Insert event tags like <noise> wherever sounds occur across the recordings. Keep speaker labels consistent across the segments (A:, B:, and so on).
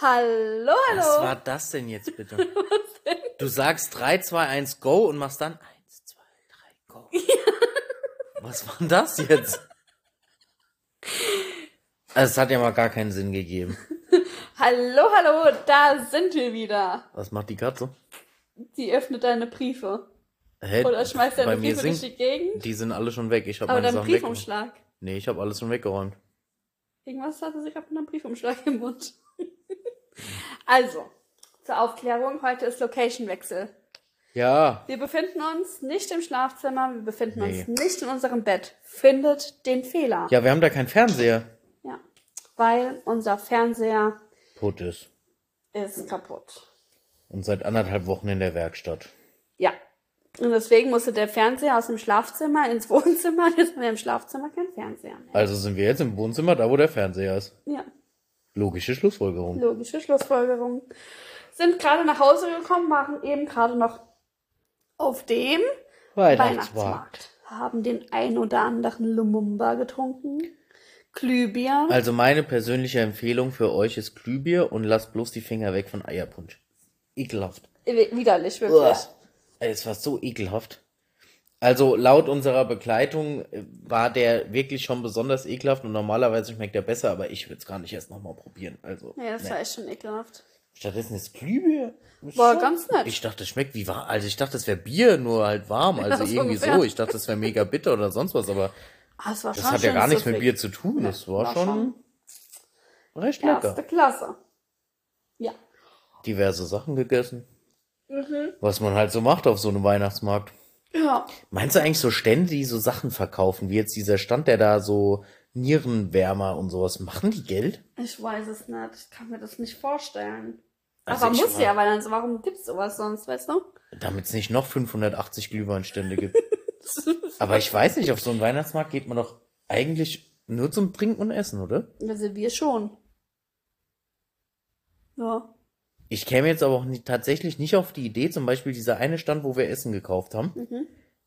A: Hallo, hallo.
B: Was war das denn jetzt bitte?
A: <laughs>
B: Du sagst 3, 2, 1, go und machst dann 1, 2,
A: <laughs>
B: 3, go. Was war denn das jetzt? Also, Es hat ja mal gar keinen Sinn gegeben.
A: Hallo, hallo, da sind wir wieder.
B: Was macht die Katze?
A: Die öffnet deine Briefe.
B: Hä?
A: Oder schmeißt
B: Bei
A: deine
B: mir
A: Briefe durch die
B: sind,
A: Gegend.
B: die sind alle schon weg. Ich habe
A: Hm? Aber dein
B: meine Sachen weggeräumt.
A: Briefumschlag.
B: Nee, ich habe alles schon weggeräumt.
A: Irgendwas hatte sie gerade mit einem Briefumschlag im Mund. <laughs> also, zur Aufklärung, heute ist Location-Wechsel.
B: Ja.
A: Wir befinden uns nicht im Schlafzimmer, wir befinden
B: Nee.
A: uns nicht in unserem Bett. Findet den Fehler.
B: Ja, wir haben da keinen Fernseher.
A: ja. Weil unser Fernseher
B: Tot ist.
A: ist kaputt.
B: Und seit anderthalb Wochen in der Werkstatt.
A: Ja. Und deswegen musste der Fernseher aus dem Schlafzimmer ins <laughs> Wohnzimmer. Und Jetzt haben wir im Schlafzimmer keinen Fernseher mehr.
B: Also sind wir jetzt im Wohnzimmer, da wo der Fernseher ist.
A: Ja,
B: Logische Schlussfolgerung.
A: logische Schlussfolgerung. Sind gerade nach Hause gekommen, waren eben gerade noch auf dem
B: Weihnachtsmarkt.
A: Weihnachtsmarkt. Haben den ein oder anderen Lumumba getrunken. Glühbier.
B: Also meine persönliche Empfehlung für euch ist Glühbier und lasst bloß die Finger weg von Eierpunsch. Ekelhaft.
A: Äh, Widerlich, wirklich.
B: Ey, Es war so ekelhaft. Also laut unserer Begleitung äh, war der wirklich schon besonders ekelhaft und normalerweise schmeckt er besser, aber ich würde es gar nicht erst nochmal probieren. Also
A: Nee, das
B: nee.
A: war echt schon ekelhaft.
B: stattdessen ist Glühbier.
A: War
B: Schon-
A: ganz nett.
B: Ich dachte, es schmeckt wie warm. Also ich dachte, es wäre Bier, nur halt warm. Also
A: so
B: irgendwie
A: ungefähr.
B: so. Ich dachte, es wäre mega bitter oder sonst was, aber
A: Ah, es war
B: das
A: schon
B: hat ja
A: schön
B: gar nichts mit
A: süffig.
B: Bier zu tun. Das war,
A: war
B: schon, recht lecker.
A: Erste Klasse. Ja.
B: diverse Sachen gegessen. Was man halt so macht auf so einem Weihnachtsmarkt.
A: Ja.
B: Meinst du eigentlich so Stände, die so Sachen verkaufen, wie jetzt dieser Stand, der da so Nierenwärmer und sowas, machen die Geld?
A: Ich weiß es nicht. Ich kann mir das nicht vorstellen.
B: Also
A: Aber
B: ich
A: muss
B: war-
A: ja, weil dann, so- warum gibt's sowas sonst, weißt du?
B: Damit es nicht noch 580 Glühweinstände gibt. Aber ich weiß nicht, auf so einen Weihnachtsmarkt geht man doch eigentlich nur zum Trinken und Essen, oder?
A: Also wir schon. Ja.
B: Ich käme jetzt aber auch nie, tatsächlich nicht auf die Idee, zum Beispiel dieser eine Stand, wo wir Essen gekauft haben,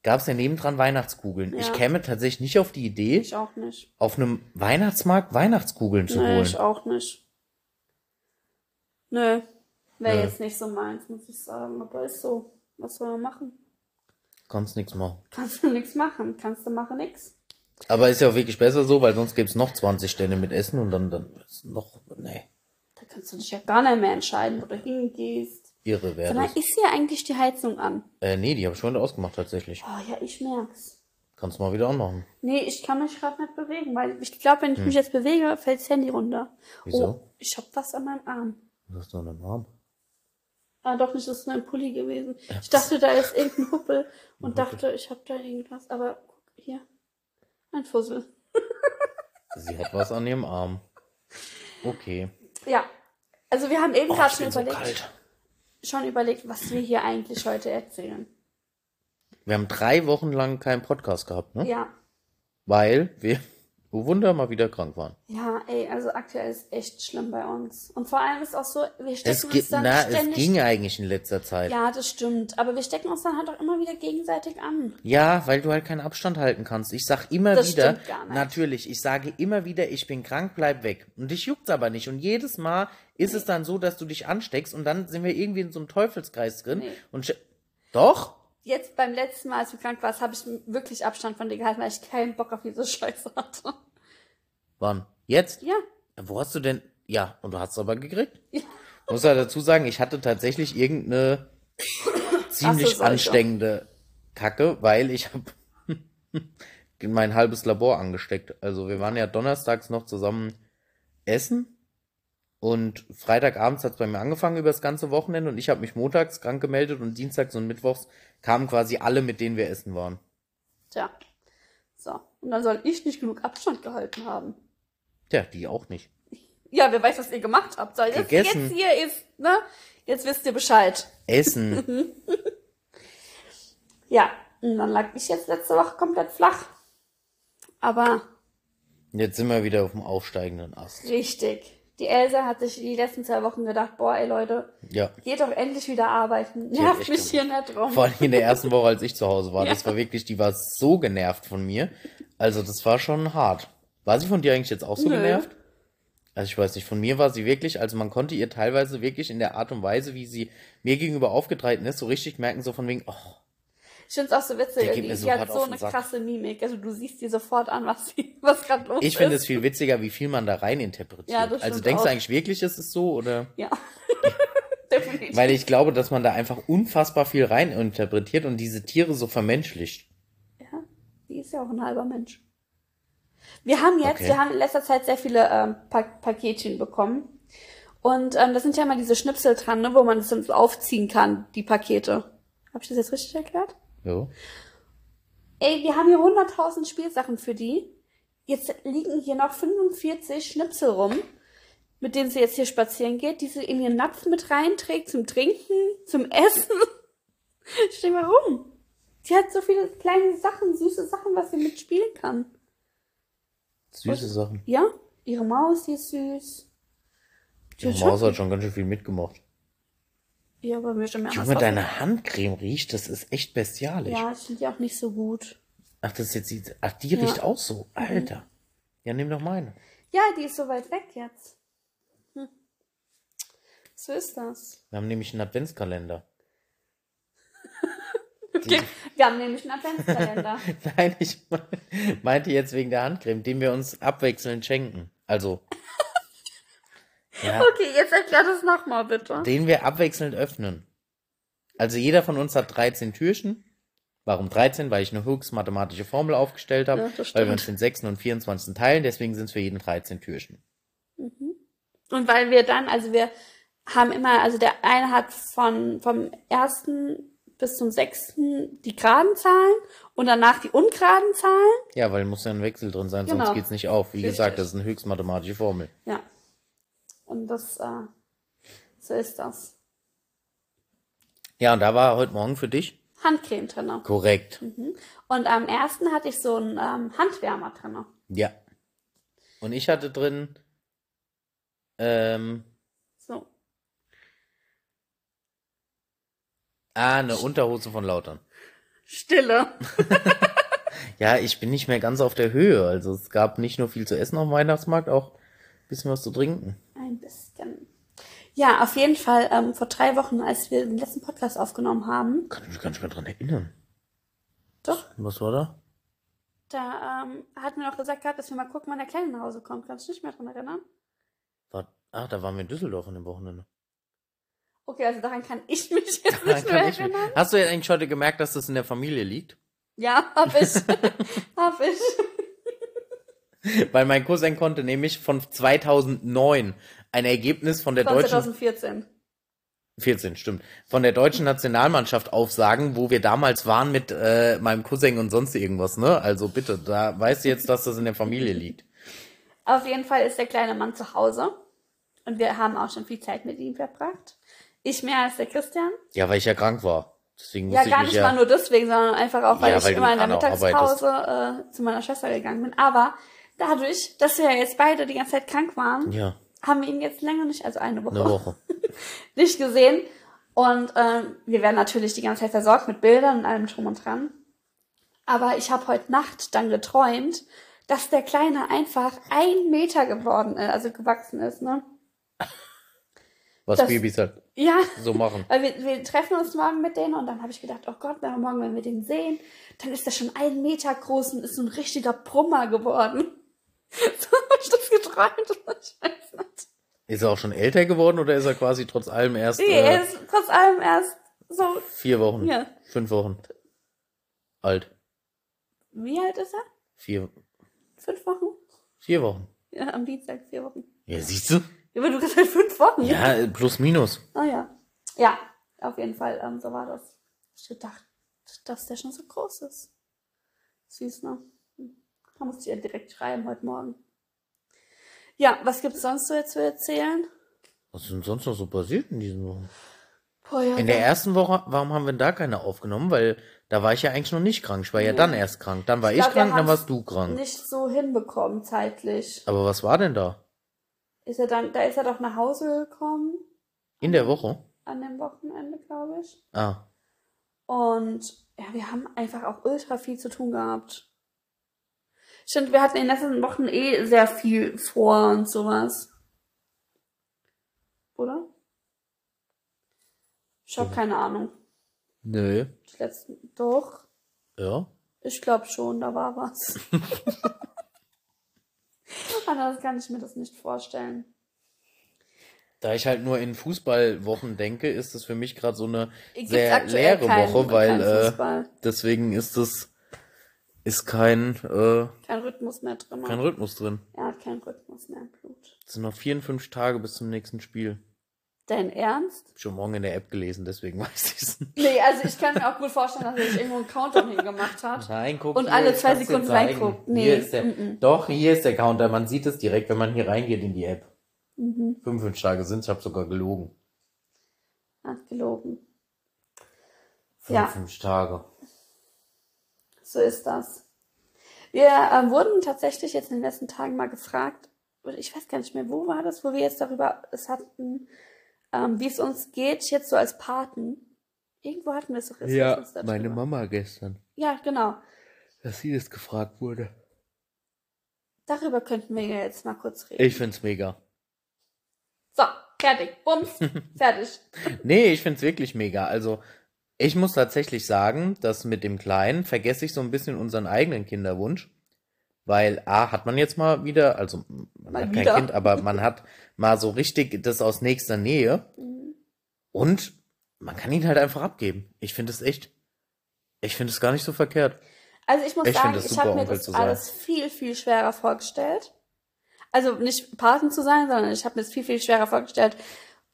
B: gab es ja nebendran Weihnachtskugeln. Ich
A: Ja.
B: käme tatsächlich nicht auf die Idee,
A: Ich auch nicht.
B: auf einem Weihnachtsmarkt Weihnachtskugeln zu
A: nee, ich
B: holen.
A: auch nicht. Nö. Wäre
B: Nö.
A: jetzt nicht so meins, muss ich sagen. Aber ist so. Was soll man machen?
B: Kannst nichts machen.
A: Kannst du nichts machen. Kannst du machen nix.
B: Aber ist ja auch wirklich besser so, weil sonst gibt's noch 20 Stände mit Essen und dann, dann ist noch, nee,
A: Da kannst du dich ja gar nicht mehr entscheiden, wo du hingehst.
B: irre
A: Sag
B: wäre
A: mal,
B: das.
A: ist hier eigentlich die Heizung an?
B: Äh, nee, die habe ich schon wieder ausgemacht tatsächlich.
A: Oh ja, ich merk's.
B: Kannst mal wieder anmachen.
A: Nee, ich kann mich gerade nicht bewegen, weil ich glaube, wenn ich mich jetzt bewege, fällt das Handy runter.
B: Hm. Wieso?
A: Oh, ich hab was an meinem Arm.
B: Das ist nur ein Arm.
A: Ah, doch nicht, das ist mein Pulli gewesen. Ich dachte, da ist
B: <laughs>
A: irgendein Huppel und dachte, ich hab da irgendwas, aber guck, hier, ein Fussel.
B: Sie hat was an ihrem Arm. Okay.
A: Ja, also wir haben eben
B: Oh,
A: gerade
B: ich
A: schon,
B: bin so
A: überlegt,
B: kalt.
A: schon überlegt, was wir hier eigentlich heute erzählen.
B: Wir haben drei Wochen lang keinen Podcast gehabt, ne?
A: Ja,
B: Weil wir, oh Wunder, mal wieder krank waren.
A: ja, ey, also aktuell ist echt schlimm bei uns. Und vor allem ist auch so, wir stecken
B: Es,
A: uns
B: geht,
A: dann
B: na, es
A: ständig...
B: ging eigentlich in letzter Zeit.
A: ja, das stimmt, aber wir stecken uns dann halt auch immer wieder gegenseitig an.
B: Ja, weil du halt keinen Abstand halten kannst. Ich sag immer
A: Das
B: wieder,
A: stimmt gar nicht.
B: natürlich, ich sage immer wieder, ich bin krank, bleib weg. Und dich juckt's aber nicht. Und jedes Mal ist es dann so, dass du dich ansteckst und dann sind wir irgendwie in so einem Teufelskreis drin.
A: Nee.
B: Und sch- doch?
A: Jetzt beim letzten Mal, als du krank warst, habe ich wirklich Abstand von dir gehalten, weil ich keinen Bock auf diese Scheiße hatte.
B: Wann? Jetzt?
A: Ja,
B: Wo hast du denn? Ja, und du hast es aber gekriegt.
A: Ja.
B: Muss ja dazu sagen, ich hatte tatsächlich irgendeine ziemlich
A: Seuche.
B: ansteckende Kacke, weil ich habe <laughs> mein halbes Labor angesteckt. Also wir waren ja donnerstags noch zusammen essen und Freitagabends hat es bei mir angefangen über das ganze Wochenende und ich habe mich montags krank gemeldet und dienstags und mittwochs kamen quasi alle, mit denen wir essen waren.
A: tja. So. Und dann soll ich nicht genug Abstand gehalten haben.
B: Tja, die auch nicht.
A: Ja, wer weiß, was ihr gemacht habt. So, jetzt, jetzt
B: Gegessen.
A: hier ist, ne? Jetzt wisst ihr Bescheid.
B: Essen.
A: Ja. Und dann lag ich jetzt letzte Woche komplett flach. Aber
B: Jetzt sind wir wieder auf dem aufsteigenden Ast.
A: richtig. Die Elsa hat sich die letzten zwei Wochen gedacht, boah, ey Leute,
B: Ja.
A: geht doch endlich wieder arbeiten.
B: hat
A: Nervt
B: echt
A: mich hier nicht rum.
B: Vor allem in der ersten Woche, als ich zu Hause war. Das war wirklich, die war so genervt von mir. Also, das war schon hart. War sie von dir eigentlich jetzt auch so
A: Nö.
B: genervt? Also ich weiß nicht, von mir war sie wirklich, also man konnte ihr teilweise wirklich in der Art und Weise, wie sie mir gegenüber aufgetreten ist, so richtig merken, so von wegen, oh,
A: Ich finde es auch so witzig.
B: Der geht
A: Die,
B: mir
A: die
B: so
A: hat
B: hart
A: so
B: auf den
A: eine
B: Sack.
A: krasse Mimik. Also du siehst dir sofort an, was, sie- <laughs> was gerade los
B: ich
A: ist.
B: finde es viel witziger, wie viel man da rein interpretiert.
A: Ja, das
B: also
A: stimmt
B: denkst du
A: auch.
B: eigentlich wirklich, ist es so oder?
A: Ja.
B: <laughs>
A: Definitiv.
B: Weil ich glaube, dass man da einfach unfassbar viel rein interpretiert und diese Tiere so vermenschlicht.
A: Ja, die ist ja auch ein halber Mensch. Wir haben jetzt,
B: Okay.
A: wir haben in letzter Zeit sehr viele ähm, pa Paketchen bekommen. Und ähm, da sind ja immer diese Schnipsel dran, ne, wo man das dann so aufziehen kann, die Pakete. Habe ich das jetzt richtig erklärt?
B: Jo.
A: Ey, wir haben hier 100.000 Spielsachen für die. Jetzt liegen hier noch 45 Schnipsel rum, mit denen sie jetzt hier spazieren geht, die sie in ihren Napf mit reinträgt, zum Trinken, zum Essen. <laughs> Ich denke mal rum. Die hat so viele kleine Sachen, süße Sachen, was sie mitspielen kann.
B: Süße Sachen.
A: Ja, ihre Maus, die ist süß.
B: Die Maus hat schon ganz schön viel mitgemacht.
A: Ja, bei mir schon mehr
B: Junge, deine Handcreme riecht, das ist echt bestialisch.
A: Ja, ich finde die auch nicht so gut.
B: Ach, das ist jetzt die, ach, die riecht auch so.
A: Mhm.
B: Alter. Ja, nimm doch meine.
A: Ja, die ist so weit weg jetzt. Hm. So ist das.
B: Wir haben nämlich einen Adventskalender. <laughs>
A: Okay. <laughs> Wir haben nämlich einen Adventskalender.
B: Nein, ich <laughs> me- meinte jetzt wegen der Handcreme, den wir uns abwechselnd schenken.
A: <laughs>
B: Also. Ja,
A: okay, jetzt erklär das nochmal bitte.
B: den wir abwechselnd öffnen. Also jeder von uns hat 13 Türchen. Warum 13? Weil ich eine höchstmathematische Formel aufgestellt habe,
A: Ja, das
B: weil wir uns
A: stimmt.
B: den 6. und 24. teilen, deswegen sind es für jeden 13 Türchen.
A: Und weil wir dann, also wir haben immer, also der eine hat von, vom ersten bis zum sechsten die geraden Zahlen und danach die ungeraden Zahlen.
B: Ja, weil muss ja ein Wechsel drin sein,
A: Genau.
B: sonst geht's nicht auf. Wie
A: Richtig.
B: gesagt, das ist eine höchstmathematische Formel.
A: Ja. Und das, äh, so ist das.
B: Ja, und da war heute Morgen für dich
A: Handcreme drinne.
B: korrekt.
A: Und am ersten hatte ich so einen ähm, Handwärmer drinne.
B: Ja. Und ich hatte drin ähm,
A: So.
B: ah, eine Unterhose von Lautern.
A: Stille.
B: Ja, ich bin nicht mehr ganz auf der Höhe. Also es gab nicht nur viel zu essen auf dem Weihnachtsmarkt, auch ein bisschen was zu trinken.
A: Ein bisschen. Ja, auf jeden Fall, ähm, vor drei Wochen, als wir den letzten Podcast aufgenommen haben,
B: Kann ich mich gar nicht mehr dran erinnern.
A: doch,
B: Was war da?
A: da ähm, hatten wir noch gesagt gehabt, dass wir mal gucken, wann der Kleine nach Hause kommt. Kannst du dich nicht mehr dran erinnern?
B: War, ach, da waren wir in Düsseldorf an dem Wochenende.
A: Okay, also daran kann ich mich jetzt
B: Daran
A: nicht
B: kann
A: mehr
B: ich mich-
A: erinnern.
B: Hast du ja eigentlich heute gemerkt, dass das in der Familie liegt?
A: Ja, hab
B: <laughs>
A: ich. hab ich.
B: Weil mein Cousin konnte nämlich von 2009 ein Ergebnis von der
A: Von
B: deutschen
A: 2014.
B: 14, stimmt. Von der deutschen Nationalmannschaft aufsagen, wo wir damals waren mit äh, meinem Cousin und sonst irgendwas, ne? Also bitte, da weißt du jetzt, dass das in der Familie liegt.
A: Auf jeden Fall ist der kleine Mann zu Hause. Und wir haben auch schon viel Zeit mit ihm verbracht. Ich mehr als der Christian.
B: Ja, weil ich ja krank war. Deswegen
A: Ja,
B: musste
A: gar
B: ich mich
A: nicht
B: ja.
A: mal nur deswegen, sondern einfach auch, weil
B: Ja,
A: ich
B: weil du
A: immer in der
B: dann auch
A: Mittagspause äh, zu meiner Schwester gegangen bin. Aber dadurch, dass wir ja jetzt beide die ganze Zeit krank waren,
B: ja,
A: haben wir ihn jetzt länger nicht, also eine Woche,
B: eine Woche.
A: nicht gesehen. Und ähm, wir werden natürlich die ganze Zeit versorgt mit Bildern und allem drum und dran. Aber ich habe heute Nacht dann geträumt, dass der Kleine einfach ein Meter geworden ist, also gewachsen ist, ne?
B: Was
A: Das-
B: Babys halt
A: Ja.
B: so machen.
A: Weil wir, wir treffen uns morgen mit denen und dann habe ich gedacht, oh Gott, na, morgen, wenn wir den sehen, dann ist er schon einen Meter groß und ist so ein richtiger Brummer geworden. <laughs> so habe ich das geträumt. Ich weiß nicht.
B: Ist er auch schon älter geworden oder ist er quasi trotz allem erst
A: Nee,
B: äh,
A: er ist trotz allem erst so,
B: vier Wochen,
A: Ja.
B: fünf Wochen alt?
A: wie alt ist er?
B: Vier,
A: Fünf Wochen?
B: vier Wochen.
A: Ja, am Dienstag vier Wochen.
B: Ja, siehst du?
A: Ja, Aber du hast halt fünf Wochen.
B: Ja, äh, plus minus.
A: Ah ja. Ja, auf jeden Fall, ähm, so war das. Ich gedacht, dass der schon so groß ist. Süß, ne? Da musste ich ja direkt schreiben heute Morgen. Ja, was gibt's sonst so jetzt zu erzählen?
B: Was ist denn sonst noch so passiert in diesen Wochen?
A: Boah, ja,
B: In der ersten Woche, warum haben wir da keine aufgenommen? Weil da war ich ja eigentlich noch nicht krank. Ich war ja
A: Nee.
B: dann erst krank. Dann war
A: Ich
B: ich,
A: glaub, wir
B: krank, dann
A: haben's
B: warst du krank.
A: nicht so hinbekommen zeitlich.
B: Aber was war denn da?
A: Ist er dann, da ist er doch nach Hause gekommen
B: In
A: Mhm.
B: der Woche?
A: an dem Wochenende, glaube ich.
B: Ah,
A: Und ja, wir haben einfach auch ultra viel zu tun gehabt. Stimmt, wir hatten in den letzten Wochen eh sehr viel vor und sowas. Ich habe keine Ahnung.
B: Nö.
A: Das letzte, doch,
B: Ja.
A: ich glaube schon, da war was.
B: <laughs>
A: Anders kann ich mir das nicht vorstellen.
B: Da ich halt nur in Fußballwochen denke, ist es für mich gerade so eine
A: Gibt's
B: sehr
A: aktuell
B: leere
A: keinen-
B: Woche, weil
A: keinen
B: äh,
A: Fußball,
B: deswegen ist es ist kein äh,
A: kein Rhythmus mehr drin.
B: kein Rhythmus drin.
A: er hat keinen Rhythmus mehr im Blut.
B: Es sind noch 54 Tage bis zum nächsten Spiel.
A: Dein Ernst?
B: Hab Schon morgen in der App gelesen, deswegen <laughs> weiß ich es.
A: Nee, also ich kann mir auch gut vorstellen, dass er sich irgendwo einen Countdown hingemacht hat.
B: Reinguckt.
A: Und alle zwei Sekunden reinguckt. Nee,
B: Hier ist der,
A: mhm.
B: Doch, hier ist der Counter. Man sieht es direkt, wenn man hier reingeht in die App.
A: Mhm.
B: 55 Tage sind, ich habe sogar gelogen.
A: Hat gelogen. Ja.
B: 55 Tage.
A: So ist das. Wir äh, wurden tatsächlich jetzt in den letzten Tagen mal gefragt, oder ich weiß gar nicht mehr, wo war das, wo wir jetzt darüber es hatten, ähm, wie es uns geht, jetzt so als Paten. Irgendwo hatten wir es doch jetzt letztens darüber.
B: Mama gestern,
A: Ja, genau.
B: dass sie das gefragt wurde.
A: Darüber könnten wir ja jetzt mal kurz reden.
B: Ich find's mega.
A: so, fertig. Bums, fertig.
B: Nee, ich find's wirklich mega. Also, ich muss tatsächlich sagen, dass mit dem Kleinen vergesse ich so ein bisschen unseren eigenen Kinderwunsch. Weil A, hat man jetzt mal wieder, also man
A: Mal
B: hat
A: wieder.
B: kein Kind,
A: <laughs>
B: aber man hat mal so richtig das aus nächster Nähe.
A: Mhm.
B: Und man kann ihn halt einfach abgeben. Ich finde es echt, ich finde es gar nicht so verkehrt.
A: Also ich muss
B: Ich
A: sagen,
B: find es
A: ich
B: super,
A: habe mir
B: Onkel
A: das
B: zu sein.
A: alles viel, viel schwerer vorgestellt. Also nicht Paten zu sein, sondern ich habe mir es viel, viel schwerer vorgestellt,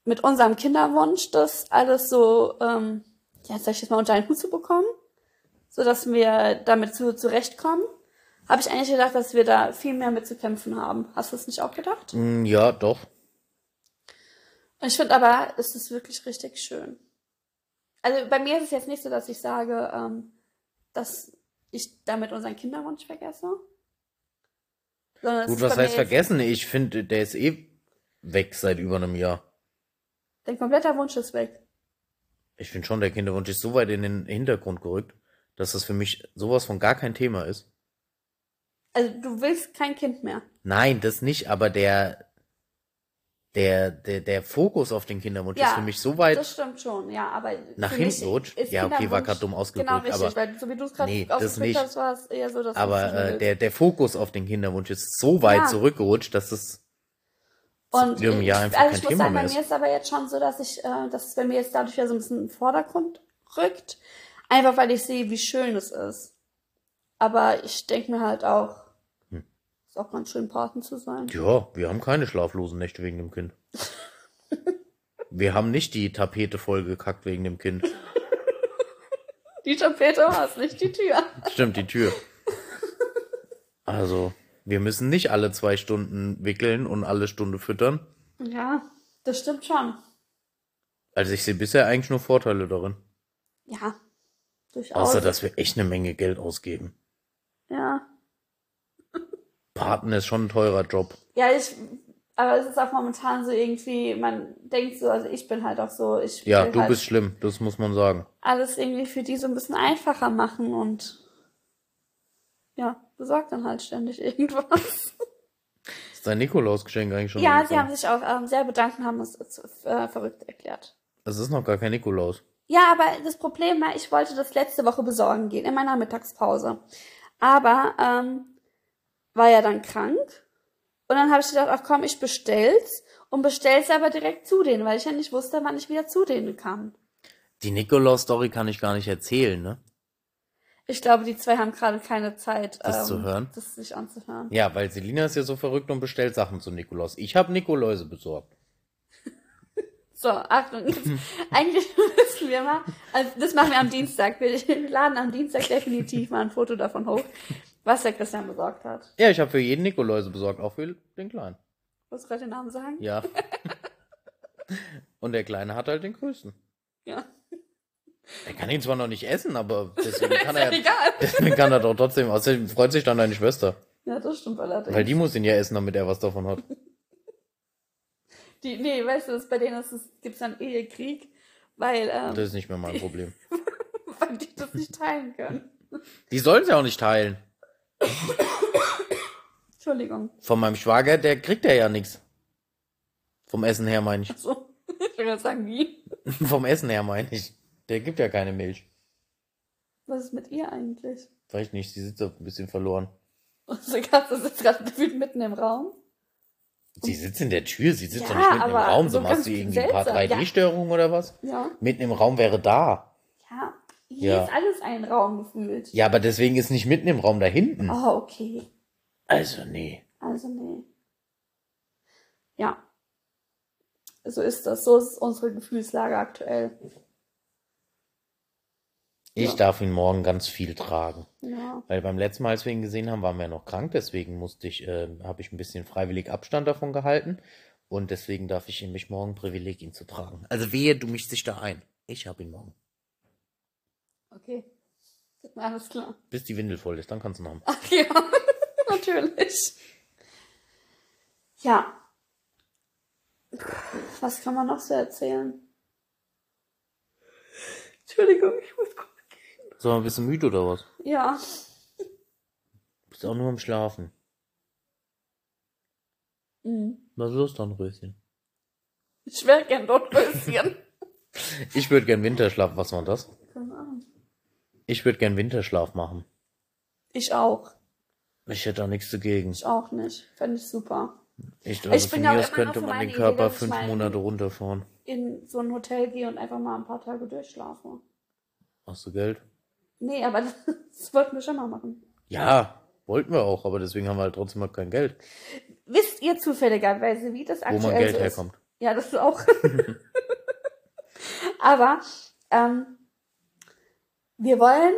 A: mit unserem Kinderwunsch das alles so, ähm, ja, sag ich jetzt mal, unter einen Hut zu bekommen, sodass wir damit zu, zurechtkommen. Habe ich eigentlich gedacht, dass wir da viel mehr mit zu kämpfen haben. Hast du es nicht auch gedacht?
B: Mm, ja, doch.
A: Ich finde aber, es ist wirklich richtig schön. Also bei mir ist es jetzt nicht so, dass ich sage, ähm, dass ich damit unseren Kinderwunsch vergesse. Sondern es
B: Gut,
A: ist
B: was
A: bei mir
B: heißt
A: jetzt-
B: vergessen? Ich finde, der ist eh weg seit über einem Jahr.
A: Dein kompletter Wunsch ist weg.
B: Ich finde schon, der Kinderwunsch ist so weit in den Hintergrund gerückt, dass das für mich sowas von gar kein Thema ist.
A: Also du willst kein Kind mehr.
B: Nein, das nicht, aber der, der, der, der Fokus auf den Kinderwunsch
A: Ja,
B: ist für mich so weit.
A: Das stimmt schon, ja, aber
B: Nach
A: für
B: hinten
A: mich
B: rutscht?
A: ist
B: Ja, okay, war
A: Kinderwunsch-
B: grad dumm ausgedrückt,
A: Genau richtig,
B: aber-
A: weil so wie du es gerade
B: Nee, das
A: ausgedrückt
B: nicht.
A: hast, war es eher so, dass du es
B: Aber
A: nicht mehr
B: äh,
A: willst.
B: der, der Fokus auf den Kinderwunsch ist so weit
A: Ja.
B: zurückgerutscht, dass das
A: Und
B: Ja, im Jahr
A: ich-
B: einfach
A: also
B: kein
A: ich muss
B: Thema
A: sagen, bei
B: mehr
A: mir
B: ist.
A: ist aber jetzt schon so, dass ich, äh, dass es bei mir jetzt dadurch wieder so ein bisschen in den Vordergrund rückt. Einfach weil ich sehe, wie schön es ist. Aber ich denke mir halt auch,
B: Hm.
A: ist auch ganz schön Paten zu sein.
B: Ja, wir haben keine schlaflosen Nächte wegen
A: <laughs>
B: dem Kind. wir haben nicht die Tapete vollgekackt wegen dem Kind.
A: Die Tapete war es, nicht die Tür.
B: Stimmt, die Tür. Also, wir müssen nicht alle zwei Stunden wickeln und alle Stunde füttern.
A: ja, das stimmt schon.
B: Also ich sehe bisher eigentlich nur Vorteile darin.
A: Ja, durchaus.
B: Außer, dass wir echt eine Menge Geld ausgeben.
A: Ja.
B: Paten ist schon ein teurer Job.
A: Ja, ich, aber es ist auch momentan so irgendwie, man denkt so, also ich bin halt auch so, ich
B: Ja,
A: will
B: du
A: halt
B: bist schlimm, das muss man sagen.
A: alles irgendwie für die so ein bisschen einfacher machen und ja, besorgt dann halt ständig <laughs> irgendwas.
B: Ist dein Nikolausgeschenk eigentlich schon
A: ja, sie
B: angekommen?
A: haben sich auch ähm, sehr bedankt und haben es äh, verrückt erklärt.
B: Es ist noch gar kein Nikolaus.
A: Ja, aber das Problem war, ich wollte das letzte Woche besorgen gehen, in meiner Mittagspause. Aber ähm, war ja dann krank. Und dann habe ich gedacht, ach komm, ich bestell's und bestell's aber direkt zu denen, weil ich ja nicht wusste, wann ich wieder zu denen kam.
B: Die Nikolaus-Story kann ich gar nicht erzählen, ne?
A: Ich glaube, die zwei haben gerade keine Zeit, ähm,
B: Das zu hören?
A: das sich anzuhören.
B: Ja, weil Selina ist ja so verrückt und bestellt Sachen zu Nikolaus. Ich habe Nikoläuse besorgt.
A: So,
B: <laughs>
A: Achtung. Jetzt, eigentlich müssen wir mal, also das machen wir am Dienstag. Wir laden am Dienstag definitiv mal ein Foto davon hoch, was der Christian besorgt hat.
B: Ja, ich habe für jeden Nikoläuse besorgt, auch für den Kleinen.
A: Wolltest du gerade den Namen sagen?
B: Ja. und der Kleine hat halt den größten.
A: Ja.
B: Er kann ihn zwar noch nicht essen, aber deswegen kann
A: Ist ja <laughs>
B: er,
A: egal.
B: deswegen kann er doch trotzdem. Außerdem freut sich dann deine Schwester,
A: Ja, das stimmt allerdings.
B: weil die muss ihn ja essen, damit er was davon hat.
A: Die, nee, weißt du, das, bei denen ist es, gibt's dann Ehekrieg, weil,
B: Das
A: ähm,
B: ist nicht mehr mein Problem.
A: <laughs> weil die das nicht teilen können.
B: Die sollen ja auch nicht teilen.
A: Entschuldigung.
B: Von meinem Schwager, der kriegt er ja nichts. Vom Essen her meine ich. <laughs>
A: <laughs> So, ich will gerade sagen, wie?
B: Vom Essen her meine ich. Der gibt ja keine Milch.
A: Was ist mit ihr eigentlich? <laughs>
B: Weiß nicht, sie sitzt auf ein bisschen verloren.
A: Unsere Katze sitzt gerade gefühlt mitten im Raum.
B: Sie sitzt in der Tür, sie sitzt
A: Ja,
B: doch nicht mitten im
A: aber
B: Raum.
A: so
B: So machst
A: ganz
B: du irgendwie ein paar
A: seltsam. Ja.
B: 3D-Störungen oder was?
A: Ja.
B: Mitten im Raum wäre da.
A: Ja. Hier
B: Ja.
A: ist alles ein Raum gefühlt.
B: Ja, aber deswegen ist nicht mitten im Raum da hinten.
A: Oh, okay.
B: Also nee.
A: Also, nee. Ja. So ist das. So ist unsere Gefühlslage aktuell.
B: Ich
A: Ja.
B: darf ihn morgen ganz viel tragen.
A: Ja.
B: Weil beim letzten Mal, als wir ihn gesehen haben, waren wir ja noch krank, deswegen musste ich, äh, habe ich ein bisschen freiwillig Abstand davon gehalten. Und deswegen darf ich ihn mich morgen privileg, ihn zu tragen. Also wehe, du mischst dich da ein. Ich hab ihn morgen.
A: Okay. Alles klar.
B: Bis die Windel voll ist, dann kannst du ihn haben.
A: Ach <laughs> ja, natürlich. Ja. Was kann man noch so erzählen? Entschuldigung, ich muss gucken.
B: So, ein bisschen müde oder was?
A: Ja,
B: Bist auch nur im Schlafen.
A: mhm.
B: Was ist dann, Röschen?
A: ich wäre gern dort bisschen.
B: Ich würde gern Winterschlaf, was war das?
A: <laughs> Keine Ahnung.
B: Ich würde gern Winterschlaf machen.
A: ich auch.
B: Ich hätte da nichts dagegen.
A: Ich auch nicht. Fände ich super.
B: Ich, also
A: Ich bin
B: von
A: ja
B: mir
A: auch
B: aus
A: immer noch
B: könnte
A: für
B: man
A: meine
B: den
A: Idee,
B: Körper
A: dass ich
B: fünf
A: meinen-
B: Monate runterfahren.
A: In so ein Hotel gehe und einfach mal ein paar Tage durchschlafe.
B: Hast du Geld?
A: Nee, aber <laughs> das, wollten wir schon mal machen.
B: Ja, wollten wir auch, aber deswegen haben wir halt trotzdem mal kein Geld.
A: Wisst ihr zufälligerweise, wie das
B: Wo
A: aktuell
B: man Geld
A: so ist?
B: herkommt.
A: Ja, das
B: <laughs>
A: auch. Aber ähm, wir wollen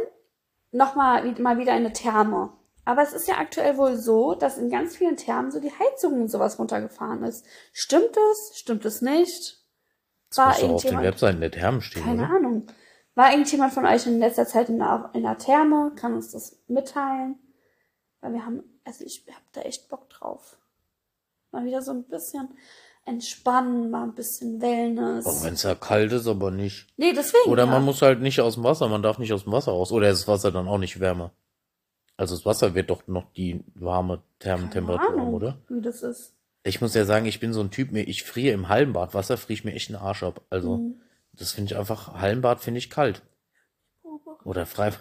A: noch mal, wie- mal wieder eine Therme. Aber es ist ja aktuell wohl so, dass in ganz vielen Thermen so die Heizung und sowas runtergefahren ist. Stimmt es? Stimmt es nicht? War
B: Muss doch auf den
A: irgendjemand,
B: Webseiten der Thermen stehen,
A: keine
B: oder?
A: Ahnung. War irgendjemand von euch in letzter Zeit in einer, in einer Therme? Kann uns das mitteilen? Weil wir haben, also ich habe da echt Bock drauf. Mal wieder so ein bisschen entspannen, mal ein bisschen Wellness.
B: Auch wenn es ja kalt ist, aber nicht.
A: Nee, deswegen.
B: Oh Oder
A: ja.
B: man muss halt nicht aus dem Wasser, man darf nicht aus dem Wasser raus. Oder ist das Wasser dann auch nicht wärmer? Also das Wasser wird doch noch die warme Thermentemperatur
A: Keine
B: haben,
A: Ahnung,
B: oder?
A: Wie das ist.
B: Ich muss ja sagen, ich bin so ein Typ, mir, ich friere im Hallenbadwasser, friere ich mir echt einen Arsch ab. Also,
A: Mhm.
B: das finde ich einfach, Hallenbad finde ich kalt.
A: <laughs>
B: Oder Freibad.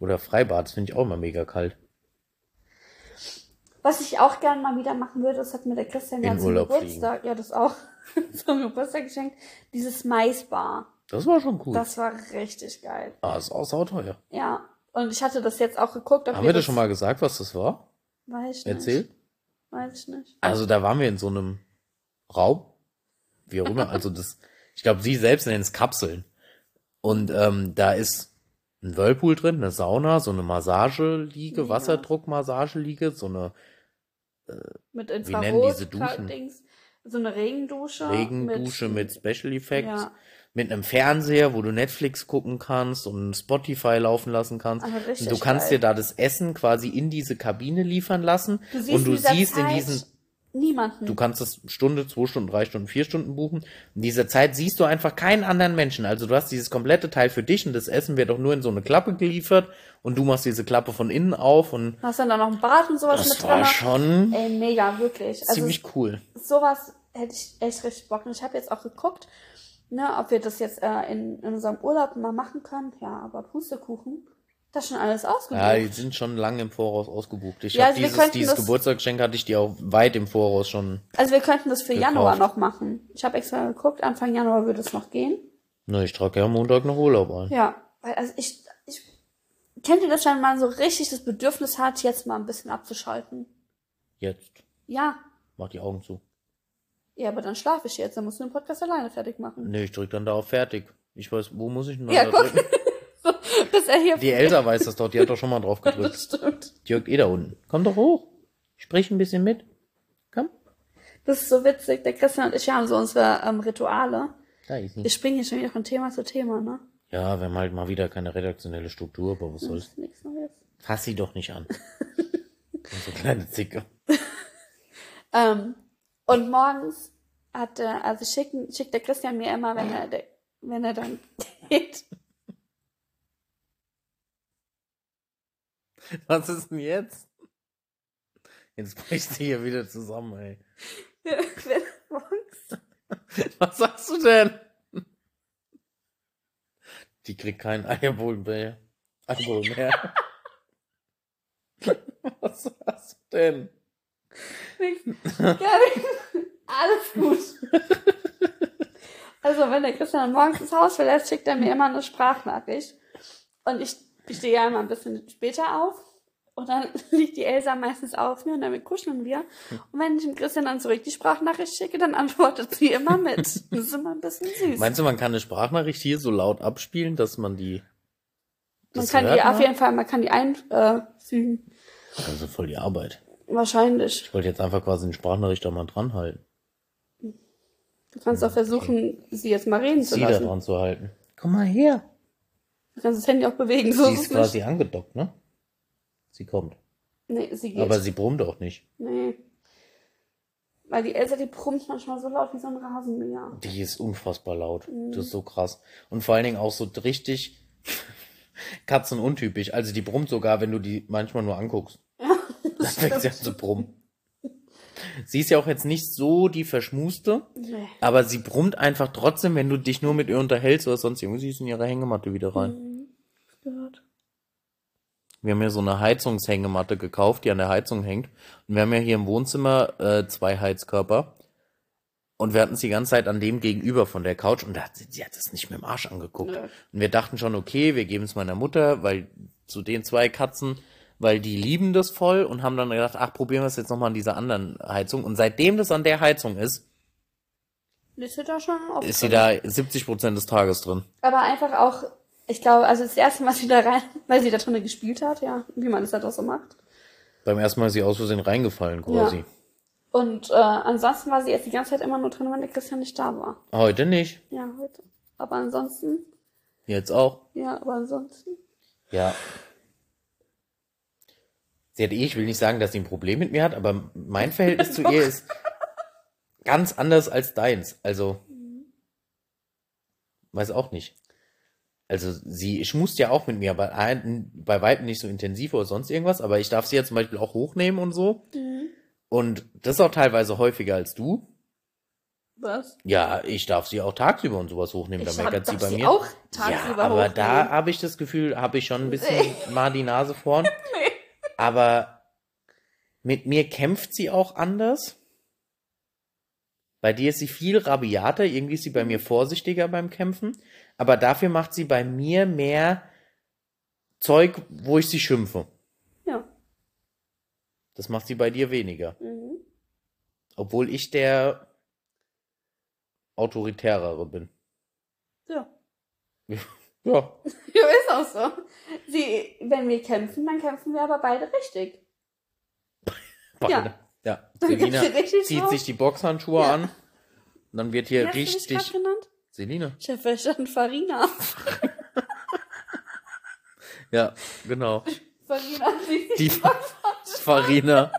B: oder Freibad, das finde ich auch immer mega kalt.
A: Was ich auch gern mal wieder machen würde, das hat mir der Christian ja
B: In
A: zum
B: Urlaub
A: Geburtstag, ja, das auch, <laughs> zum Geburtstag geschenkt, dieses Maisbar.
B: Das war schon cool.
A: Das war richtig geil.
B: ah, ist auch sauteuer.
A: Ja. Und ich hatte das jetzt auch geguckt. ob
B: Haben
A: ihr
B: wir das schon mal gesagt, was das war?
A: Weiß ich
B: Erzählt?
A: Nicht. Weiß ich nicht.
B: Also da waren wir in so einem Raum, wie auch immer. Also das, ich glaube, sie selbst nennen es Kapseln. Und ähm, da ist ein Whirlpool drin, eine Sauna, so eine Massageliege,
A: Ja.
B: Wasserdruckmassageliege, so eine
A: Mit
B: nennen
A: Infrarot.
B: diese Duschen?
A: Dings, so eine Regendusche.
B: Regendusche mit, Special Effects,
A: Ja.
B: mit einem Fernseher, wo du Netflix gucken kannst und Spotify laufen lassen kannst.
A: Aber also richtig
B: Und du kannst
A: geil.
B: dir da das Essen quasi in diese Kabine liefern lassen
A: Du siehst
B: und
A: in
B: du
A: dieser
B: siehst in
A: Zeit
B: diesen
A: Niemanden.
B: Du kannst das Stunde, zwei Stunden, drei Stunden, vier Stunden buchen. In dieser Zeit siehst du einfach keinen anderen Menschen. Also du hast dieses komplette Teil für dich und das Essen wird auch nur in so eine Klappe geliefert und du machst diese Klappe von innen auf und
A: hast dann da noch einen Bart und sowas
B: das
A: mit
B: war
A: dran.
B: schon
A: Ey, mega, wirklich. Also
B: ziemlich cool.
A: sowas hätte ich echt richtig Bock. Und ich habe jetzt auch geguckt, ne, ob wir das jetzt äh, in, in unserem Urlaub mal machen können. Ja, aber Pustekuchen, das ist schon alles
B: Ja, die
A: ausgebucht.
B: sind schon lange im Voraus ausgebucht. Ich
A: Ja,
B: hab
A: also wir
B: dieses,
A: könnten
B: dieses
A: das-
B: Geburtstagsgeschenk hatte ich dir auch weit im Voraus schon.
A: also wir könnten das für
B: Gekauft.
A: Januar noch machen. Ich habe extra geguckt, Anfang Januar würde es noch gehen.
B: Ne, ich trage ja am Montag noch Urlaub ein.
A: Ja, weil also ich, ich kennt ihr das, wenn man so richtig das Bedürfnis hat, jetzt mal ein bisschen abzuschalten?
B: Jetzt.
A: Ja.
B: Mach die Augen zu.
A: Ja, aber dann schlafe ich jetzt, dann musst du den Podcast alleine fertig machen.
B: Ne, ich drück dann da auf fertig. Ich weiß, wo muss ich denn
A: Ja,
B: da
A: guck.
B: drücken?
A: Bis er hier
B: Hm. Die Elsa weiß das doch, die hat doch schon mal drauf
A: <laughs>
B: gedrückt. <laughs>
A: das stimmt.
B: Die hockt eh da unten. Komm doch hoch. Sprich ein bisschen mit. Komm.
A: Das ist so witzig. Der Christian und ich wir haben so unsere ähm, Rituale.
B: Da ist sie.
A: Wir springen hier schon wieder von Thema zu Thema, ne?
B: Ja, wir haben halt mal wieder keine redaktionelle Struktur, aber was
A: Das
B: soll's.
A: ist nichts Neues.
B: Fass sie doch nicht <laughs> an. Unsere kleine Zicke.
A: Ähm, und morgens hat er, also schicken, schickt der Christian mir immer, wenn er, de- wenn er dann <laughs> geht.
B: Was ist denn jetzt? Jetzt bricht sie hier wieder zusammen, ey.
A: wenn er morgens,
B: Was sagst du denn? Die kriegt keinen Alkohol mehr. Alkohol mehr. <laughs> Was hast du denn?
A: Nix.
B: <laughs>
A: Ja, <laughs> nix. Alles gut. Also, wenn der Christian morgens das Haus verlässt, schickt er mir immer eine Sprachnachricht. Und ich, ich stehe ja immer ein bisschen später auf. Und dann <laughs> liegt die Elsa meistens auf mir und damit kuscheln wir. Und wenn ich dem Christian dann zurück die Sprachnachricht schicke, dann antwortet sie immer
B: <laughs>
A: mit. Das ist immer ein bisschen süß.
B: Meinst du, man kann eine Sprachnachricht hier so laut abspielen, dass man die.
A: man
B: das
A: kann
B: hört
A: die auf jeden Fall, man kann die einfügen.
B: Also voll die Arbeit.
A: Wahrscheinlich.
B: Ich wollte jetzt einfach quasi den Sprachnachrichter mal dran halten.
A: Du kannst auch versuchen, sie jetzt mal reden zu
B: Sie da
A: lassen.
B: dran zu halten. Komm mal her.
A: Du kannst das Handy auch bewegen, so
B: Sie
A: ist
B: ist
A: es nicht.
B: quasi angedockt, ne? Sie kommt.
A: Nee, sie geht.
B: Aber sie brummt auch nicht.
A: nee. Weil die Elsa, die brummt manchmal so laut wie so ein Rasenmäher.
B: Die ist unfassbar laut. Das ist so krass. Und vor allen Dingen auch so richtig <laughs> katzenuntypisch. Also die brummt sogar, wenn du die manchmal nur anguckst. Dann fängt sie an zu brummen. Sie ist ja auch jetzt nicht so die Verschmuste,
A: Nee.
B: aber sie brummt einfach trotzdem, wenn du dich nur mit ihr unterhältst oder sonst irgendwie. Sie ist in ihre Hängematte wieder
A: Mhm.
B: rein.
A: Gehört.
B: Wir haben ja so eine Heizungshängematte gekauft, die an der Heizung hängt. Und wir haben ja hier im Wohnzimmer äh, zwei Heizkörper. Und wir hatten es die ganze Zeit an dem gegenüber von der Couch und da hat sie, sie hat es nicht mit dem Arsch angeguckt.
A: Nö.
B: Und wir dachten schon, okay, wir geben es meiner Mutter, weil zu den zwei Katzen, weil die lieben das voll und haben dann gedacht, ach, probieren wir es jetzt nochmal an dieser anderen Heizung. Und seitdem das an der Heizung ist,
A: Ist sie da schon auf?
B: ist sie da 70 Prozent des Tages drin.
A: Aber einfach auch, ich glaube, also das erste Mal, sie da rein, <laughs> weil sie da drinnen gespielt hat, ja, wie man es halt auch so macht.
B: Beim ersten Mal ist sie aus Versehen reingefallen quasi.
A: Ja. Und äh, ansonsten war sie jetzt die ganze Zeit immer nur drin, wenn der Christian nicht da war.
B: Heute nicht.
A: Ja, heute. Aber ansonsten,
B: Jetzt auch.
A: ja, aber ansonsten.
B: Ja. Sie hat eh, ich will nicht sagen, dass sie ein Problem mit mir hat, aber mein Verhältnis zu ihr ist ganz anders als deins. Also, weiß auch nicht. Also, sie schmust ja auch mit mir, aber ein- bei weitem nicht so intensiv oder sonst irgendwas, aber ich darf sie ja zum Beispiel auch hochnehmen und so. Und das auch teilweise häufiger als du.
A: Was?
B: Ja, ich darf sie auch tagsüber und sowas hochnehmen, da meckert sie bei mir.
A: auch tagsüber Äh.
B: Ja, aber
A: hochnehmen.
B: da habe ich das Gefühl, habe ich schon ein bisschen <laughs> mal die Nase vorn.
A: Nee.
B: Aber mit mir kämpft sie auch anders. Bei dir ist sie viel rabiater, irgendwie ist sie bei mir vorsichtiger beim Kämpfen. Aber dafür macht sie bei mir mehr Zeug, wo ich sie schimpfe.
A: Ja.
B: Das macht sie bei dir weniger.
A: Mhm.
B: Obwohl ich der autoritärere bin.
A: Ja.
B: Ja,
A: <laughs> Ja, ist auch so. Sie, wenn wir kämpfen, dann kämpfen wir aber beide richtig.
B: beide. Ja.
A: <laughs> Dann gibt's
B: Selina
A: hier richtig
B: zieht
A: drauf.
B: sich die Boxhandschuhe
A: Ja.
B: an. Und dann wird hier
A: Wie hast du mich grad
B: richtig.
A: genannt?
B: Selina.
A: Ich hab verstanden, Farina.
B: Ja,
A: <laughs>
B: genau.
A: Farina, sie
B: Die Farina.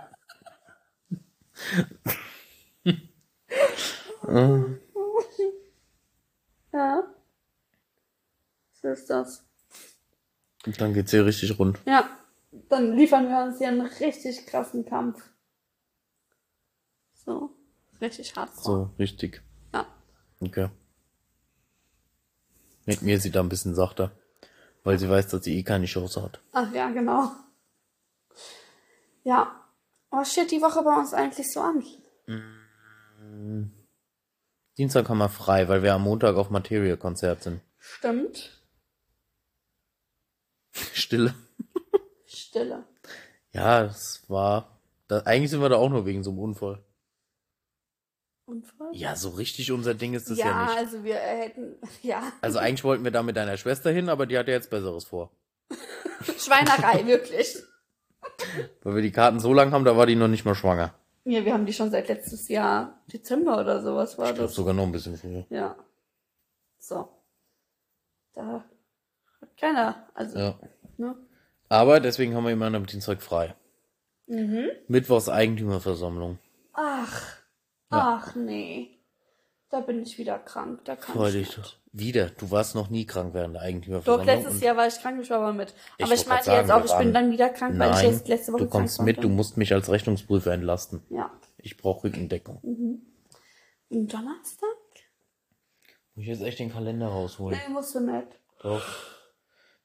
A: <laughs> Ja. So ist das.
B: Und dann geht's hier richtig rund.
A: Ja. Dann liefern wir uns hier einen richtig krassen Kampf. So. Richtig hart.
B: So, richtig.
A: Ja.
B: Okay. Mit mir ist sie da ein bisschen sachter. Weil sie weiß, dass sie eh keine Chance hat.
A: Ach ja, genau. Ja. Was steht die Woche bei uns eigentlich so an?
B: Dienstag haben wir frei, weil wir am Montag auf Material-Konzert sind. <laughs>
A: Stimmt.
B: Stille.
A: Stille.
B: Ja, es war. Da, eigentlich sind wir da auch nur wegen so einem Unfall.
A: Unfall?
B: Ja, so richtig unser Ding ist das ja,
A: ja,
B: nicht.
A: also wir hätten, <laughs> ja,
B: Also eigentlich wollten wir da mit deiner Schwester hin, aber die hat ja jetzt Besseres vor. <laughs>
A: Schweinerei, wirklich.
B: Weil wir die Karten so lang haben, da war die noch nicht mal schwanger.
A: Ja, wir haben die schon seit letztes Jahr Dezember oder sowas war
B: Ich glaube
A: das.
B: sogar noch ein bisschen früher.
A: Ja. So. Da hat keiner, also,
B: Ja.
A: ne?
B: Aber deswegen haben wir immer am Dienstag frei.
A: Mhm.
B: Mittwochs Eigentümerversammlung.
A: Ach.
B: Ja.
A: Ach nee. Da bin ich wieder krank. Da kann
B: Freu
A: ich nicht.
B: dich doch. Wieder. Du warst noch nie krank während der
A: Doch,
B: Eigentümerversammlung.
A: letztes
B: und-
A: Jahr war ich krank, ich war aber mit.
B: Ich
A: Aber ich
B: wollt grad
A: meinte jetzt
B: sagen,
A: auch,
B: wir
A: ich bin
B: waren-
A: dann wieder krank, weil ich
B: Nein,
A: jetzt letzte Woche
B: du kommst
A: krank
B: mit,
A: war.
B: du musst mich als Rechnungsprüfer entlasten.
A: Ja.
B: Ich brauche Rückendeckung. Muss
A: Am Donnerstag?
B: ich jetzt echt den Kalender rausholen?
A: Nee, musst du nicht.
B: Doch.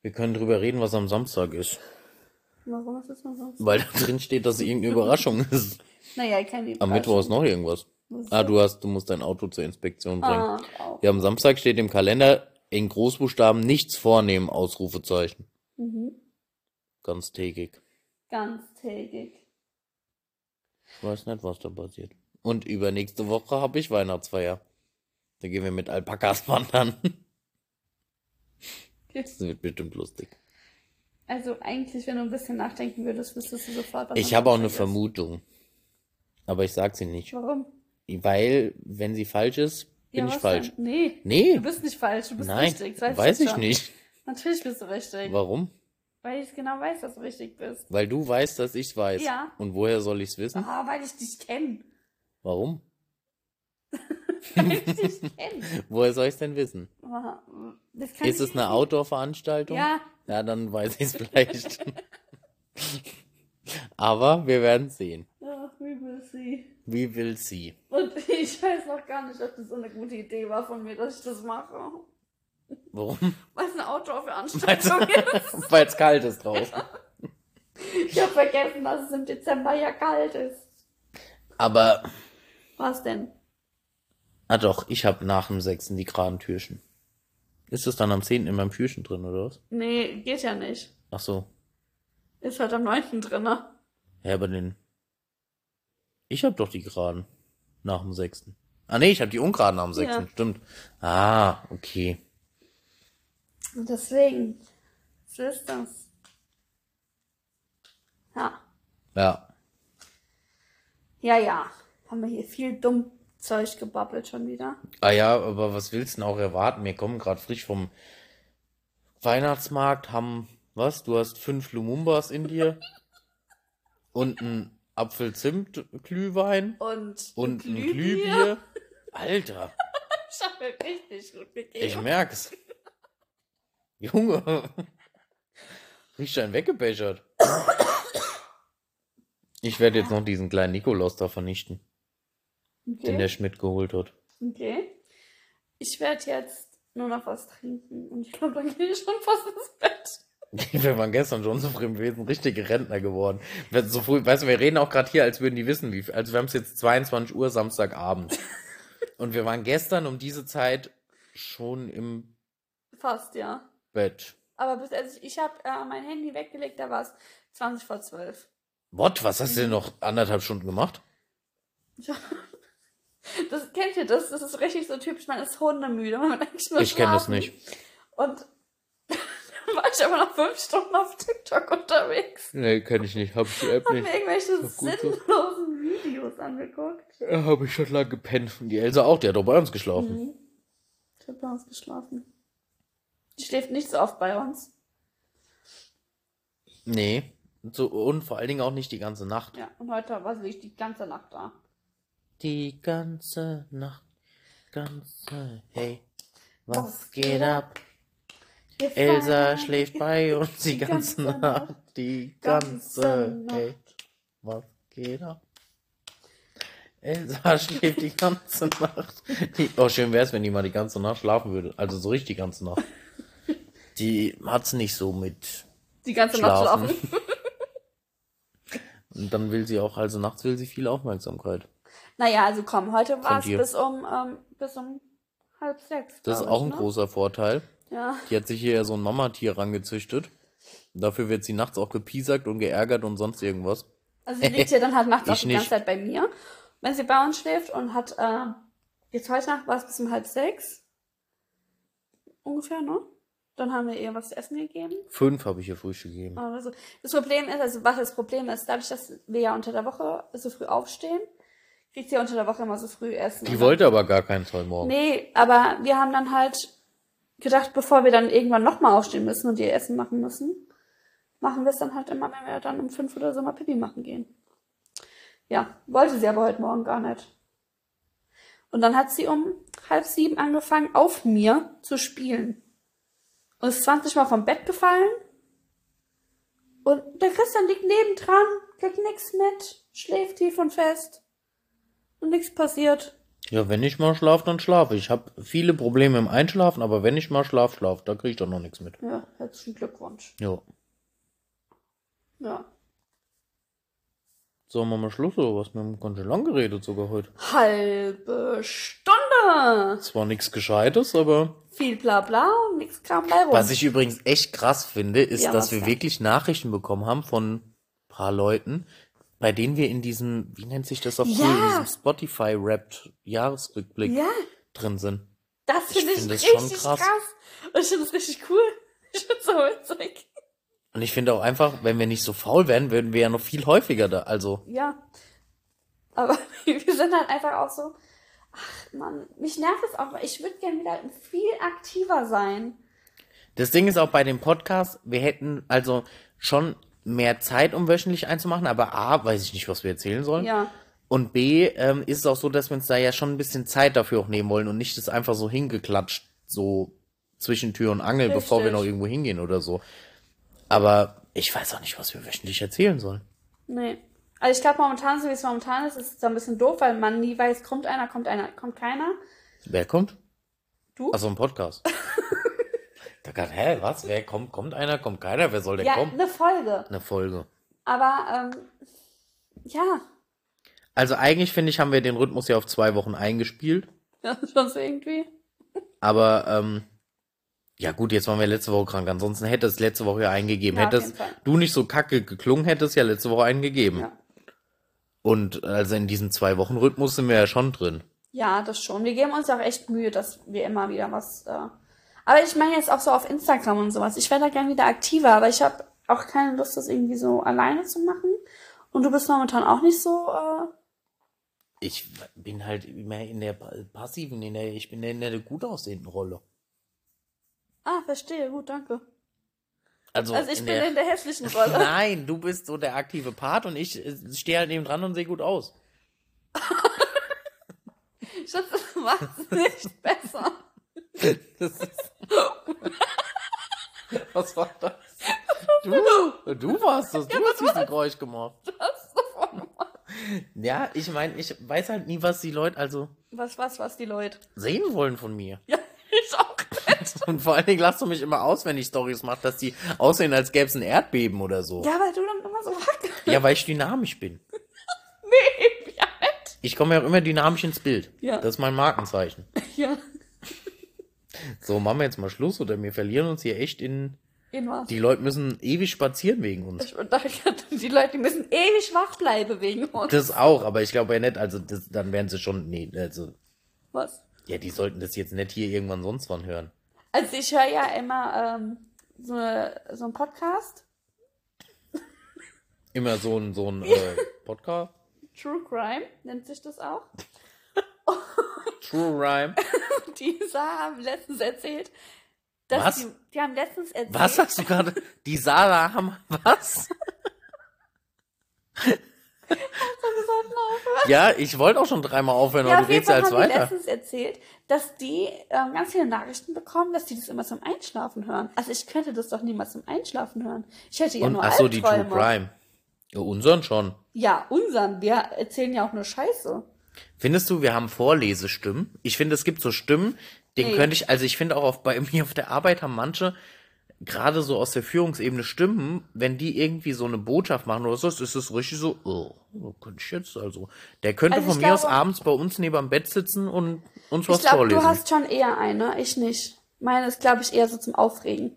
B: Wir können drüber reden, was am Samstag ist.
A: Warum ist das noch so?
B: Weil da drin steht, dass irgendeine Überraschung ist.
A: Naja, keine
B: Am Mittwoch ist noch irgendwas.
A: Was
B: Ah, du hast, du musst dein Auto zur Inspektion bringen.
A: Ah, auch.
B: Ja, am Samstag steht im Kalender in Großbuchstaben nichts vornehmen, Ausrufezeichen.
A: Mhm.
B: Ganz tägig.
A: Ganztägig.
B: Ich weiß nicht, was da passiert. Und übernächste Woche habe ich Weihnachtsfeier. Da gehen wir mit Alpakas <laughs> wandern. Das wird bestimmt lustig.
A: Also eigentlich, wenn du ein bisschen nachdenken würdest, wüsstest du sofort, was
B: Ich
A: am
B: habe auch eine
A: Samstag ist.
B: Vermutung. Aber ich sag sie nicht.
A: Warum?
B: Weil, wenn sie falsch ist,
A: Ja,
B: bin ich
A: was
B: falsch.
A: Denn? Nee.
B: Nee,
A: Du bist nicht falsch, du bist
B: nein,
A: richtig. das
B: weiß
A: jetzt
B: ich
A: schon.
B: nicht.
A: Natürlich bist du richtig.
B: Warum?
A: Weil ich genau weiß, dass du richtig bist.
B: Weil du weißt, dass ich's weiß.
A: Ja.
B: Und woher soll ich's wissen?
A: Ah, weil ich dich
B: <laughs>
A: kenne.
B: Warum?
A: Weil ich dich kenne.
B: Woher soll ich's denn wissen?
A: Ah, Das kann
B: Ist
A: ich
B: es eine Outdoor-Veranstaltung?
A: Ja,
B: Ja, dann weiß ich es <laughs> vielleicht. Aber wir werden sehen.
A: ach, übel sie.
B: Wie will sie?
A: Und <laughs> ich weiß noch gar nicht, ob das so eine gute Idee war von mir, dass ich das mache.
B: Warum? <laughs>
A: Weil es eine Outdoor-Veranstaltung ist.
B: Weil es kalt ist draußen.
A: Ich habe vergessen, dass es im Dezember ja kalt ist.
B: Aber,
A: Was denn?
B: ah doch, ich habe nach dem 6. die geraden Türchen. Ist es dann am 10. in meinem Türchen drin, oder was?
A: Nee, geht ja nicht.
B: Ach so.
A: Ist halt am 9. drin. ne?
B: Ja, aber den. Ich habe doch die geraden. Nach dem 6. Ah nee, ich habe die ungeraden nach dem 6.
A: Ja.
B: Stimmt. Ah, okay.
A: Und deswegen. So ist das. Ja.
B: Ja.
A: Ja, ja. Haben wir hier viel dumm Zeug gebabbelt schon wieder.
B: Ah ja, aber was willst du denn auch erwarten? Wir kommen gerade frisch vom Weihnachtsmarkt, haben, was? Du hast fünf Lumumbas in dir
A: <laughs>
B: und ein Apfelzimt-Glühwein
A: Und,
B: und ein
A: Glühbier. <laughs>
B: Glühbier. Alter,
A: Ich hab mir richtig gut
B: ich
A: gegeben.
B: merk's. Junge, riecht ein weggebechert. Ich werde jetzt noch diesen kleinen Nikolaus da vernichten, den der
A: Okay.
B: Schmidt geholt hat.
A: okay. Ich werde jetzt nur noch was trinken. Und ich glaube, dann gehe ich schon fast ins Bett.
B: Wir waren gestern schon so früh im Wesen richtige Rentner geworden. Wir- So früh, weißt du, wir reden auch gerade hier, als würden die wissen, wie viel. Also wir haben es jetzt 22 Uhr <laughs> Samstagabend. Und wir waren gestern um diese Zeit schon im
A: Fast, ja.
B: Bett.
A: Aber bis, also ich habe äh, mein Handy weggelegt, da war es 20 vor 12.
B: What? Was hast du denn noch anderthalb Stunden gemacht?
A: Das kennt ihr das? Das ist richtig so typisch, man ist hundemüde. <laughs> Man will eigentlich nur
B: ich kenne das
A: schlafen.
B: nicht.
A: Und <laughs> dann war ich aber noch fünf Stunden auf TikTok unterwegs.
B: Nee, kenne ich nicht. Habe ich die App
A: Hab
B: <laughs>
A: mir irgendwelche
B: Ist doch gut so.
A: sinnlosen Videos angeguckt.
B: Habe ich schon lange gepennt. Und die Elsa auch, die hat doch bei uns geschlafen.
A: Mhm. Ich hab bei uns geschlafen. Die schläft nicht so oft bei uns.
B: Nee. Und So, und vor allen Dingen auch nicht die ganze Nacht.
A: Ja, und heute war sie die ganze Nacht da.
B: Die ganze Nacht. Ganze. Hey.
A: Was
B: Was
A: geht
B: geht ab?
A: Wir
B: Elsa
A: feiern
B: schläft <laughs> bei uns die ganze Nacht, die
A: ganze
B: ganze
A: Nacht.
B: Nacht. Was geht ab? Elsa <laughs> schläft die ganze Nacht. Die, oh, schön wär's, wenn die mal die ganze Nacht schlafen würde. Also so richtig die ganze <laughs> Nacht. Die hat's nicht so mit
A: Die ganze
B: Schlafen.
A: Nacht schlafen.
B: Und dann will sie auch, also nachts will sie viel Aufmerksamkeit.
A: Naja, also komm, heute war es
B: dir.
A: bis um, ähm, bis um halb sechs.
B: Das ist
A: glaub ich,
B: auch ein
A: ne?
B: großer Vorteil.
A: Ja.
B: Die hat sich hier ja so ein Mamatier rangezüchtet. Dafür wird sie nachts auch gepiesackt und geärgert und sonst irgendwas. <laughs>
A: Also sie liegt hier dann halt nachts auch
B: Ich
A: die ganze
B: nicht.
A: Zeit bei mir, wenn sie bei uns schläft und hat, äh, jetzt heute Nacht war es bis um halb sechs. Ungefähr, ne? Dann haben wir ihr was zu essen gegeben.
B: Fünf habe ich ihr Frühstück gegeben.
A: Aber so. Das Problem ist, also was das Problem ist, dadurch, dass wir ja unter der Woche so früh aufstehen, kriegt sie ja unter der Woche immer so früh Essen. Also
B: Die
A: Und
B: wollte aber gar keins heute Morgen.
A: Nee, aber wir haben dann halt gedacht, bevor wir dann irgendwann nochmal aufstehen müssen und ihr Essen machen müssen, machen wir es dann halt immer, wenn wir dann um fünf oder so mal Pipi machen gehen. Ja, wollte sie aber heute Morgen gar nicht. Und dann hat sie um halb sieben angefangen, auf mir zu spielen. Und ist 20 Mal vom Bett gefallen. Und der Christian liegt nebendran, kriegt nix mit, schläft tief und fest. Und nichts passiert.
B: Ja, wenn ich mal schlafe, dann schlafe ich. Ich habe viele Probleme im Einschlafen, aber wenn ich mal schlafe, schlafe. Da kriege ich doch noch nichts mit.
A: Ja, herzlichen Glückwunsch.
B: Ja.
A: Ja.
B: Sollen wir mal Schluss oder was? Wir haben ganz schön lang geredet sogar heute.
A: Halbe Stunde.
B: Zwar nichts Gescheites, aber.
A: Viel Blabla und nichts kam bei rum.
B: Was ich übrigens echt krass finde, ist,
A: Ja,
B: dass
A: was
B: wir
A: denn?
B: wirklich Nachrichten bekommen haben von ein paar Leuten, bei denen wir in diesem, wie nennt sich das auf
A: Ja.
B: cool, in diesem Spotify-Wrapped-Jahresrückblick
A: ja,
B: drin sind.
A: das finde
B: Ich
A: ich,
B: find das
A: richtig
B: schon krass.
A: krass. Und ich finde das richtig cool. <laughs> Ich finde so witzig.
B: Und ich finde auch einfach, wenn wir nicht so faul wären, würden wir ja noch viel häufiger da. Also,
A: Ja. Aber <laughs> wir sind halt einfach auch so, ach Mann, mich nervt es auch, weil ich würde gerne wieder viel aktiver sein.
B: das Ding ist auch bei dem Podcast, wir hätten also schon mehr Zeit, um wöchentlich einzumachen, aber A, weiß ich nicht, was wir erzählen sollen.
A: Ja.
B: Und B, ähm, ist es auch so, dass wir uns da ja schon ein bisschen Zeit dafür auch nehmen wollen und nicht das einfach so hingeklatscht, so zwischen Tür und Angel, bevor wir
A: Richtig.
B: noch irgendwo hingehen oder so. Aber ich weiß auch nicht, was wir wöchentlich erzählen sollen.
A: Nee. Also ich glaube momentan, so wie es momentan ist, ist es ein bisschen doof, weil man nie weiß, kommt einer, kommt einer, kommt keiner.
B: Wer kommt?
A: Du?
B: Also
A: <laughs>
B: ein Podcast. da kann, hä, was? Wer kommt? Kommt einer? Kommt keiner? Wer soll denn
A: ja,
B: kommen?
A: eine Folge.
B: Eine Folge.
A: Aber ähm, ja,
B: Also eigentlich finde ich, haben wir den Rhythmus ja auf zwei Wochen eingespielt.
A: ja, sonst irgendwie.
B: Aber ähm, ja gut, jetzt waren wir letzte Woche krank. Ansonsten hätte es letzte Woche ja eingegeben.
A: Ja, auf
B: Hättest
A: jeden Fall.
B: du nicht so kacke geklungen, hätte es ja letzte Woche eingegeben.
A: Ja.
B: Und also in diesem zwei Wochen Rhythmus sind wir ja schon drin.
A: Ja, das schon. Wir geben uns auch echt Mühe, dass wir immer wieder was. Äh... Aber ich meine jetzt auch so auf Instagram und sowas. Ich wäre da gern wieder aktiver, aber ich habe auch keine Lust, das irgendwie so alleine zu machen. Und du bist momentan auch nicht so. Äh...
B: Ich bin halt immer in der pa- passiven, in der ich bin in der gut aussehenden Rolle.
A: Ah, verstehe. Gut, danke.
B: Also,
A: also ich
B: in
A: bin
B: der,
A: in der hässlichen
B: <laughs>
A: Rolle. <laughs>
B: Nein, du bist so der aktive Part und ich äh, stehe halt neben dran und sehe gut aus.
A: Schatz, das macht's nicht besser.
B: Das ist <laughs> was war das? Du, du warst das. Du hast diesen Geräusch gemacht. Ja, ich meine, ich weiß halt nie, was die Leute also
A: Was, was, was, die Leute? <laughs>
B: sehen wollen von mir. <laughs>
A: Ja, ich auch.
B: Und vor allen Dingen lachst du mich immer aus, wenn ich Stories mache, dass die aussehen, als gäbe es ein Erdbeben oder so.
A: Ja, weil du dann immer so wackelst.
B: <laughs> Ja, weil ich dynamisch bin.
A: Nee, ja, nicht.
B: Ich komme ja auch immer dynamisch ins Bild.
A: Ja.
B: Das ist mein Markenzeichen.
A: Ja,
B: So, machen wir jetzt mal Schluss oder wir verlieren uns hier echt in.
A: in was?
B: Die Leute müssen ewig spazieren wegen uns.
A: Ich dachte, die Leute die müssen ewig wach bleiben wegen uns.
B: Das auch, aber ich glaube ja nicht, also das, dann wären sie schon, nee, also,
A: Was?
B: ja, die sollten das jetzt nicht hier irgendwann sonst wann hören.
A: Also ich höre ja immer ähm, so, eine, so einen Podcast,
B: Immer so ein, so ein
A: <laughs>
B: äh, Podcast,
A: True Crime nennt sich das auch. <laughs>
B: True Rhyme.
A: Die Sarah haben letztens erzählt, dass
B: Was?
A: Die, die haben letztens erzählt,
B: Was hast du gerade? Die Sarah haben, was?
A: wir sollten aufhören.
B: Ja, ich wollte auch schon dreimal aufhören,
A: Ja,
B: aber
A: auf
B: du
A: jeden
B: redest ja
A: Fall
B: als
A: haben die
B: weiter.
A: letztens erzählt, dass die ähm, ganz viele Nachrichten bekommen, dass die das immer zum Einschlafen hören. Also ich könnte das doch niemals zum Einschlafen hören. Ich hätte ja
B: Und,
A: nur
B: ach so, die True
A: Albträume.
B: Crime. Ja, unseren schon.
A: Ja, unseren. Wir erzählen ja auch nur Scheiße.
B: Findest du, wir haben Vorlesestimmen? Ich finde, es gibt so Stimmen, den
A: Nee.
B: könnte ich, also ich finde auch auf, bei <laughs> mir auf der Arbeit haben manche gerade so aus der Führungsebene Stimmen, wenn die irgendwie so eine Botschaft machen oder so, es ist es richtig so, oh, so könnte ich jetzt also. Der könnte
A: Also ich
B: von mir aus
A: glaube-
B: abends bei uns neben am Bett sitzen und uns
A: Ich
B: was
A: glaube,
B: vorlesen.
A: du hast schon eher eine, ich nicht. Meine ist, glaube ich, eher so zum Aufregen.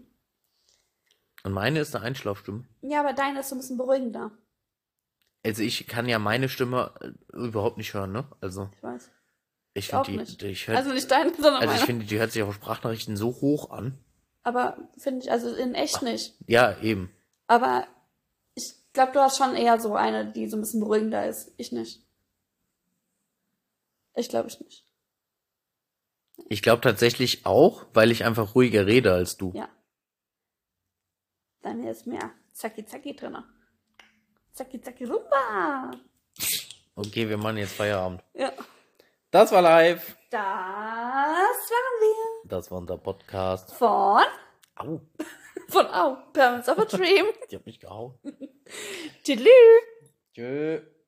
B: und meine ist eine Einschlafstimme.
A: Ja, aber deine ist so ein bisschen beruhigender.
B: Also ich kann ja meine Stimme äh, überhaupt nicht hören, ne? Also
A: Ich weiß.
B: ich
A: auch
B: finde die,
A: nicht.
B: die, ich hör, also,
A: Also nicht deine, sondern
B: ich
A: meine.
B: finde, die hört sich auch auf Sprachnachrichten so hoch an.
A: aber finde ich, also in echt nicht.
B: Ja, eben.
A: Aber ich glaube, du hast schon eher so eine, die so ein bisschen beruhigender ist. Ich nicht. Ich glaube, ich nicht.
B: Ich glaube tatsächlich auch, weil ich einfach ruhiger rede als du.
A: Ja. Bei mir ist mehr Zacki Zacki drinne. Zacki Zacki Rumba.
B: Okay, wir machen jetzt Feierabend.
A: Ja.
B: Das war live.
A: Das waren wir
B: Das war unser Podcast.
A: von
B: Au,
A: von Au, Parents of a Dream.
B: ich hab mich gehauen.
A: Tschüss.
B: Tschö.